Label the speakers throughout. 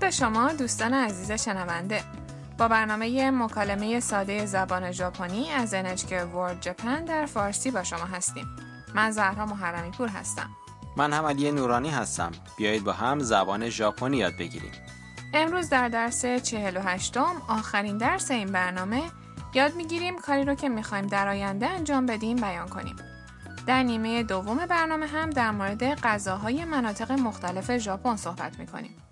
Speaker 1: به شما دوستان عزیز شنونده با برنامه مکالمه ساده زبان ژاپنی از NHK World Japan در فارسی با شما هستیم من زهرا محرمی پور هستم
Speaker 2: من هم علی نورانی هستم بیایید با هم زبان ژاپنی یاد بگیریم
Speaker 1: امروز در درس 48 م آخرین درس این برنامه یاد میگیریم کاری رو که میخوایم در آینده انجام بدیم بیان کنیم در نیمه دوم برنامه هم در مورد غذاهای مناطق مختلف ژاپن صحبت میکنیم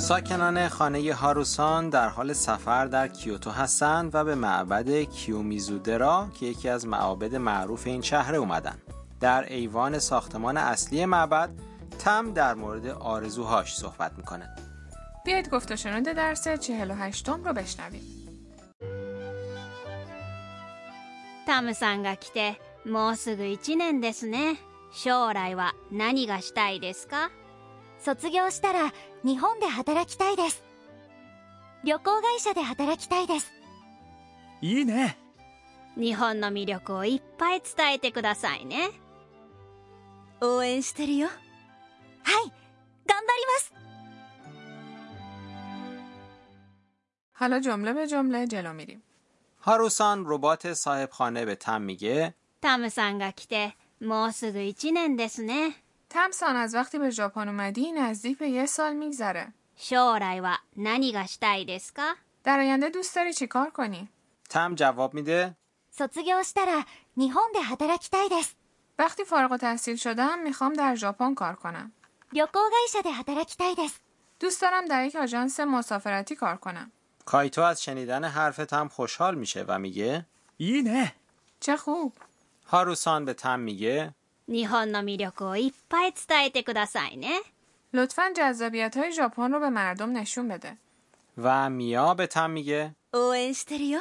Speaker 2: ساکنان خانه هاروسان در حال سفر در کیوتو هستند و به معبد کیومیزودرا که یکی از معابد معروف این شهر اومدن در ایوان ساختمان اصلی معبد تم در مورد آرزوهاش صحبت میکنه
Speaker 1: بیایید گفت و شنود درس 48 م رو بشنویم
Speaker 3: タムさんが来てもうすぐ1年ですね将来は何がしたいですか
Speaker 4: 卒業したら日本で働きたいです旅行会社で働きたいです
Speaker 5: いいね
Speaker 3: 日本の魅力をいっぱい伝えてくださいね
Speaker 4: 応援してるよはい頑張ります
Speaker 1: حالا جمله به جمله جلو میریم
Speaker 2: هاروسان ربات صاحبخانه به تم میگه
Speaker 3: タムさんが来てもうすぐ1年ですね
Speaker 1: تمسان از وقتی به ژاپن اومدی نزدیک به یه سال میگذره
Speaker 3: 将来は何がしたいですか
Speaker 1: در آینده دوست داری چیکار کنی
Speaker 2: تم جواب میده
Speaker 4: 卒業したら日本で働きたいです
Speaker 1: وقتی فارغ التحصیل شدم میخوام در ژاپن کار کنم
Speaker 4: 旅行会社で働きたいです
Speaker 1: دوست دارم در یک آژانس مسافرتی کار کنم
Speaker 2: کایتو از شنیدن حرف تم خوشحال میشه و میگه
Speaker 5: いいね
Speaker 1: چه خوب
Speaker 2: هاروسان به تم میگه
Speaker 3: 日本の魅力をいっぱい伝えてくださいね
Speaker 1: لطفا جذابیت های ژاپن رو به مردم نشون بده
Speaker 2: و میا به تم میگه
Speaker 4: 応援してるよは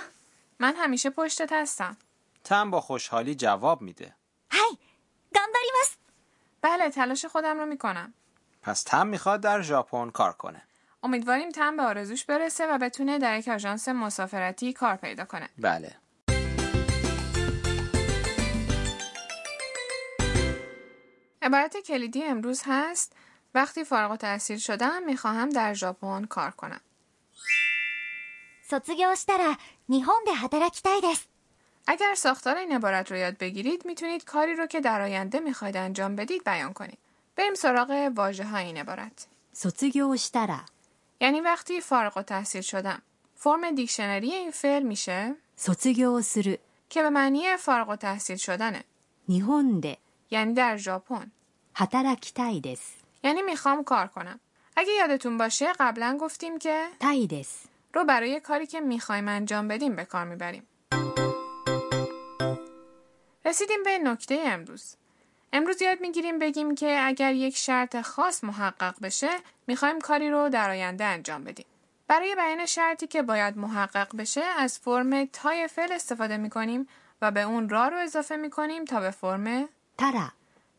Speaker 1: من همیشه پشتت هستم
Speaker 2: تم با خوشحالی جواب میده
Speaker 4: い頑張ります
Speaker 1: بله تلاش خودم رو میکنم
Speaker 2: پس تم میخواد در ژاپن کار کنه
Speaker 1: امیدواریم تم به آرزوش برسه و بتونه در یک آژانس مسافرتی کار پیدا کنه
Speaker 2: بله
Speaker 1: عبارت کلیدی امروز هست وقتی فارغ التحصیل شدم میخواهم در ژاپن کار کنم
Speaker 4: 卒業したら日本で働きたいです
Speaker 1: اگر ساختار این عبارت رو یاد بگیرید میتونید کاری رو که در آینده میخواید انجام بدید بیان کنید بریم سراغ واژه های این عبارت
Speaker 6: 卒業したら
Speaker 1: یعنی وقتی فارغ التحصیل شدم فرم دیکشنری این فعل میشه
Speaker 6: 卒業する
Speaker 1: که به معنی فارغ التحصیل شدنه
Speaker 6: 日本で
Speaker 1: یعنی در ژاپن
Speaker 6: 働きたいです
Speaker 1: یعنی میخوام کار کنم اگه یادتون باشه قبلا گفتیم که
Speaker 6: たいです
Speaker 1: رو برای کاری که میخوایم انجام بدیم به کار میبریم. رسیدیم به نکته امروز. امروز یاد میگیریم بگیم که اگر یک شرط خاص محقق بشه میخوایم کاری رو در آینده انجام بدیم. برای بیان شرطی که باید محقق بشه از فرم تای فعل استفاده میکنیم و به اون را رو اضافه میکنیم تا به فرم
Speaker 6: たら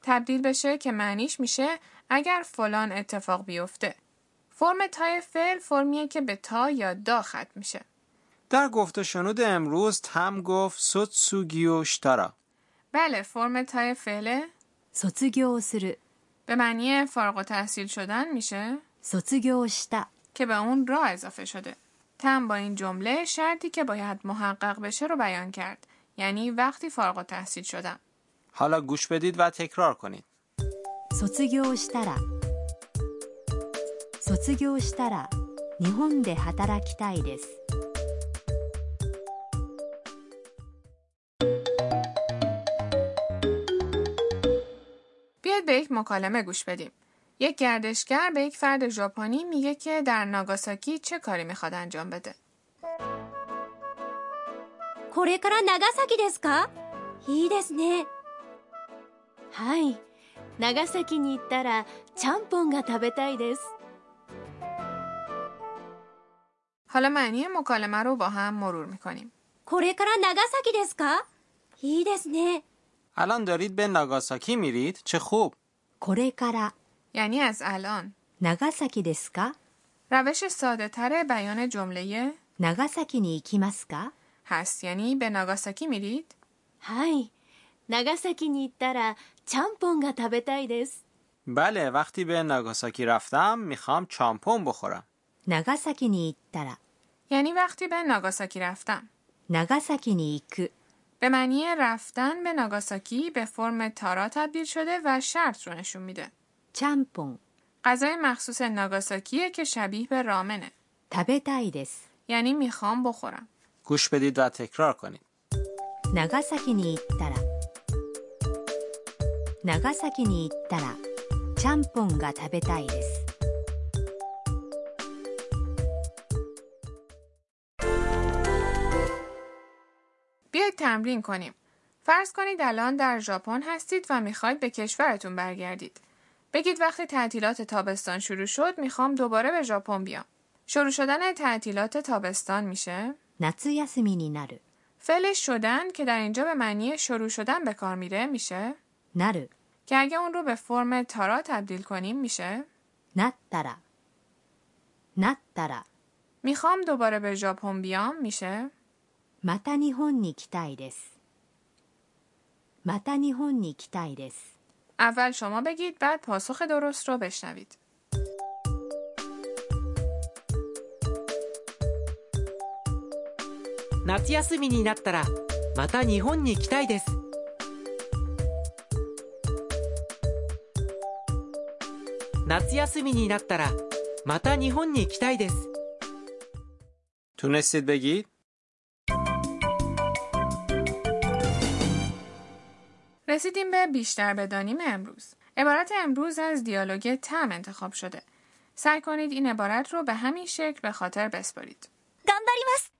Speaker 1: تبدیل بشه که معنیش میشه اگر فلان اتفاق بیفته. فرم تای فعل فرمیه که به تا یا دا ختم میشه.
Speaker 2: در گفت و شنود امروز تم گفت سوتسوگیو شتارا
Speaker 1: بله فرم تای فعل
Speaker 6: 卒業する
Speaker 1: به معنی فارغ و تحصیل شدن میشه
Speaker 6: 卒業した
Speaker 1: که به اون را اضافه شده. تم با این جمله شرطی که باید محقق بشه رو بیان کرد. یعنی وقتی فارغ و تحصیل شدم.
Speaker 2: حالا گوش بدید و تکرار کنید
Speaker 6: 卒業したら卒業したら日本で働きたいです
Speaker 1: بیاید به یک مکالمه گوش بدیم. یک گردشگر به یک فرد ژاپنی میگه که در ناگاساکی چه کاری میخواد انجام بده.
Speaker 3: これから長崎ですか
Speaker 4: いいですね
Speaker 7: はい長崎に行ったらちゃんぽんが食べたいです
Speaker 1: حالا معنی مکالمه رو با هم مرور میکنیم.
Speaker 3: これから長崎ですか
Speaker 4: いいですね
Speaker 2: الان دارید به ناگاساکی میرید چه خوب
Speaker 6: これから
Speaker 1: یعنی از الان
Speaker 6: 長崎ですか
Speaker 1: روش ساده تر بیان جمله
Speaker 6: 長崎に行きますか
Speaker 1: هست یعنی به ناگاساکی میرید
Speaker 7: はい長崎に行ったらちゃんぽんが食べたいです
Speaker 2: بله وقتی به ناگاساکی رفتم میخوام چامپون بخورم
Speaker 6: 長崎に行ったら
Speaker 1: یعنی وقتی به ناگاساکی رفتم
Speaker 6: 長崎に行く
Speaker 1: به معنی رفتن به ناگاساکی به فرم تارا تبدیل شده و شرط رو نشون میده
Speaker 6: ちゃんぽん
Speaker 1: غذای مخصوص ناگاساکیه که شبیه به رامنه
Speaker 6: 食べたいです
Speaker 1: یعنی میخوام بخورم
Speaker 2: گوش بدید و تکرار کنید
Speaker 6: 長崎に行ったら長崎に行ったらちゃんぽんが食べたいです
Speaker 1: بیاید تمرین کنیم فرض کنید الان در ژاپن هستید و میخواید به کشورتون برگردید بگید وقتی تعطیلات تابستان شروع شد میخوام دوباره به ژاپن بیام شروع شدن تعطیلات تابستان میشه
Speaker 6: 夏休みになる
Speaker 1: فعلش شدن که در اینجا به معنی شروع شدن به کار میره میشه
Speaker 6: なる
Speaker 1: که اگه اون رو به فرم تارا تبدیل کنیم میشه
Speaker 6: なったらなったら
Speaker 1: میخوام دوباره به ژاپن بیام میشه
Speaker 6: また日本に来たいですまた日本に来たいです
Speaker 1: اول شما بگید بعد پاسخ درست رو بشنوید
Speaker 8: 夏休みになったらまた日本に行きたいです夏休みになったらまた日本に行きたいです
Speaker 2: تونستید بگید
Speaker 1: رسیدیم به بیشتر بدانیم امروز عبارت امروز از دیالوگ تم انتخاب شده سعی کنید این عبارت رو به همین شکل به خاطر بسپارید
Speaker 4: 頑張ります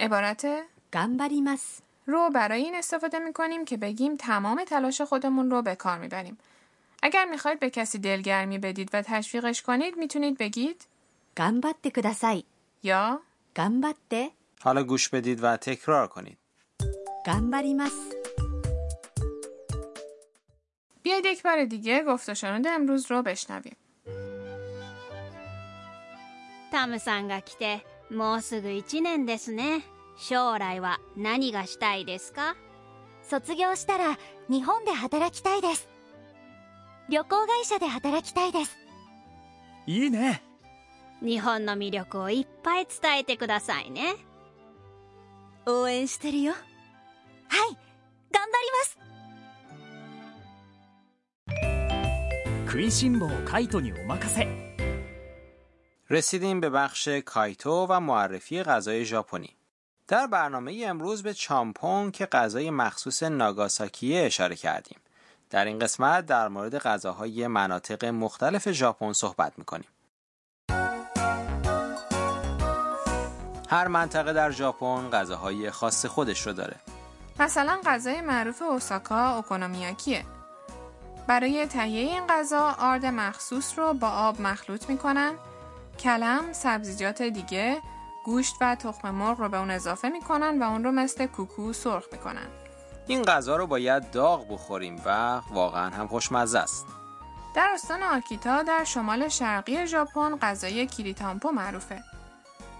Speaker 1: عبارت
Speaker 6: 頑張ります
Speaker 1: رو برای این استفاده می کنیم که بگیم تمام تلاش خودمون رو به کار میبریم اگر میخواید به کسی دلگرمی بدید و تشویقش کنید میتونید بگید
Speaker 6: 頑張ってください
Speaker 1: یا
Speaker 6: 頑張って
Speaker 2: حالا گوش بدید و تکرار کنید
Speaker 6: 頑張ります
Speaker 1: بیاید یک بار دیگه گفت و شنود امروز رو بشنویم
Speaker 3: タムさんが来てもうすぐ1年ですね将来は何がしたいですか
Speaker 4: 卒業したら日本で働きたいです旅行会社で働きたいです
Speaker 5: いいね
Speaker 3: 日本の魅力をいっぱい伝えてくださいね
Speaker 7: 応援してるよ
Speaker 4: はい頑張ります
Speaker 5: 食いしん坊カイトにお任せ
Speaker 2: رسیدیم به بخش کایتو و معرفی غذای ژاپنی در برنامه امروز به چامپون که غذای مخصوص ناگاساکیه اشاره کردیم در این قسمت در مورد غذاهای مناطق مختلف ژاپن صحبت میکنیم هر منطقه در ژاپن غذاهای خاص خودش رو داره
Speaker 1: مثلا غذای معروف اوساکا اوکونومیاکیه برای تهیه این غذا آرد مخصوص رو با آب مخلوط میکنن کلم، سبزیجات دیگه، گوشت و تخم مرغ رو به اون اضافه میکنن و اون رو مثل کوکو سرخ میکنن
Speaker 2: این غذا رو باید داغ بخوریم و واقعا هم خوشمزه است
Speaker 1: در استان آکیتا در شمال شرقی ژاپن غذای کیریتامپو معروفه.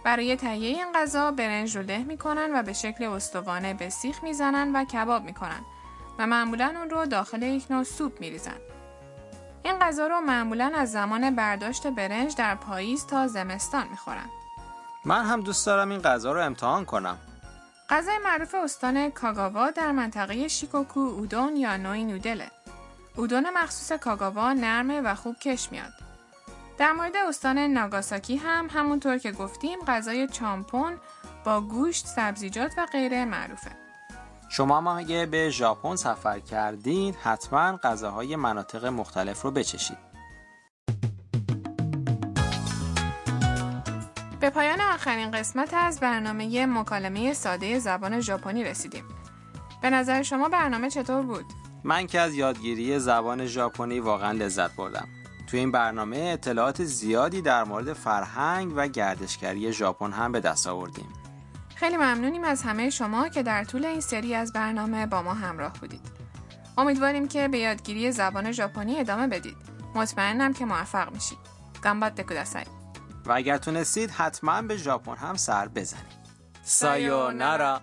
Speaker 1: برای تهیه این غذا برنج رو له میکنن و به شکل استوانه به سیخ میزنن و کباب میکنن و معمولا اون رو داخل یک نوع سوپ میریزن. این غذا رو معمولا از زمان برداشت برنج در پاییز تا زمستان میخورن.
Speaker 2: من هم دوست دارم این غذا رو امتحان کنم
Speaker 1: غذای معروف استان کاگاوا در منطقه شیکوکو اودون یا نوعی نودله. اودون مخصوص کاگاوا نرمه و خوب کش میاد. در مورد استان ناگاساکی هم همونطور که گفتیم غذای چامپون با گوشت، سبزیجات و غیره معروفه.
Speaker 2: شما هم اگه به ژاپن سفر کردید حتما غذاهای مناطق مختلف رو بچشید
Speaker 1: به پایان آخرین قسمت از برنامه مکالمه ساده زبان ژاپنی رسیدیم. به نظر شما برنامه چطور بود؟
Speaker 2: من که از یادگیری زبان ژاپنی واقعا لذت بردم تو این برنامه اطلاعات زیادی در مورد فرهنگ و گردشگری ژاپن هم به دست آوردیم
Speaker 1: خیلی ممنونیم از همه شما که در طول این سری از برنامه با ما همراه بودید. امیدواریم که به یادگیری زبان ژاپنی ادامه بدید. مطمئنم که موفق میشید. گامبات کوداسای.
Speaker 2: و اگر تونستید حتما به ژاپن هم سر بزنید
Speaker 1: سایونارا.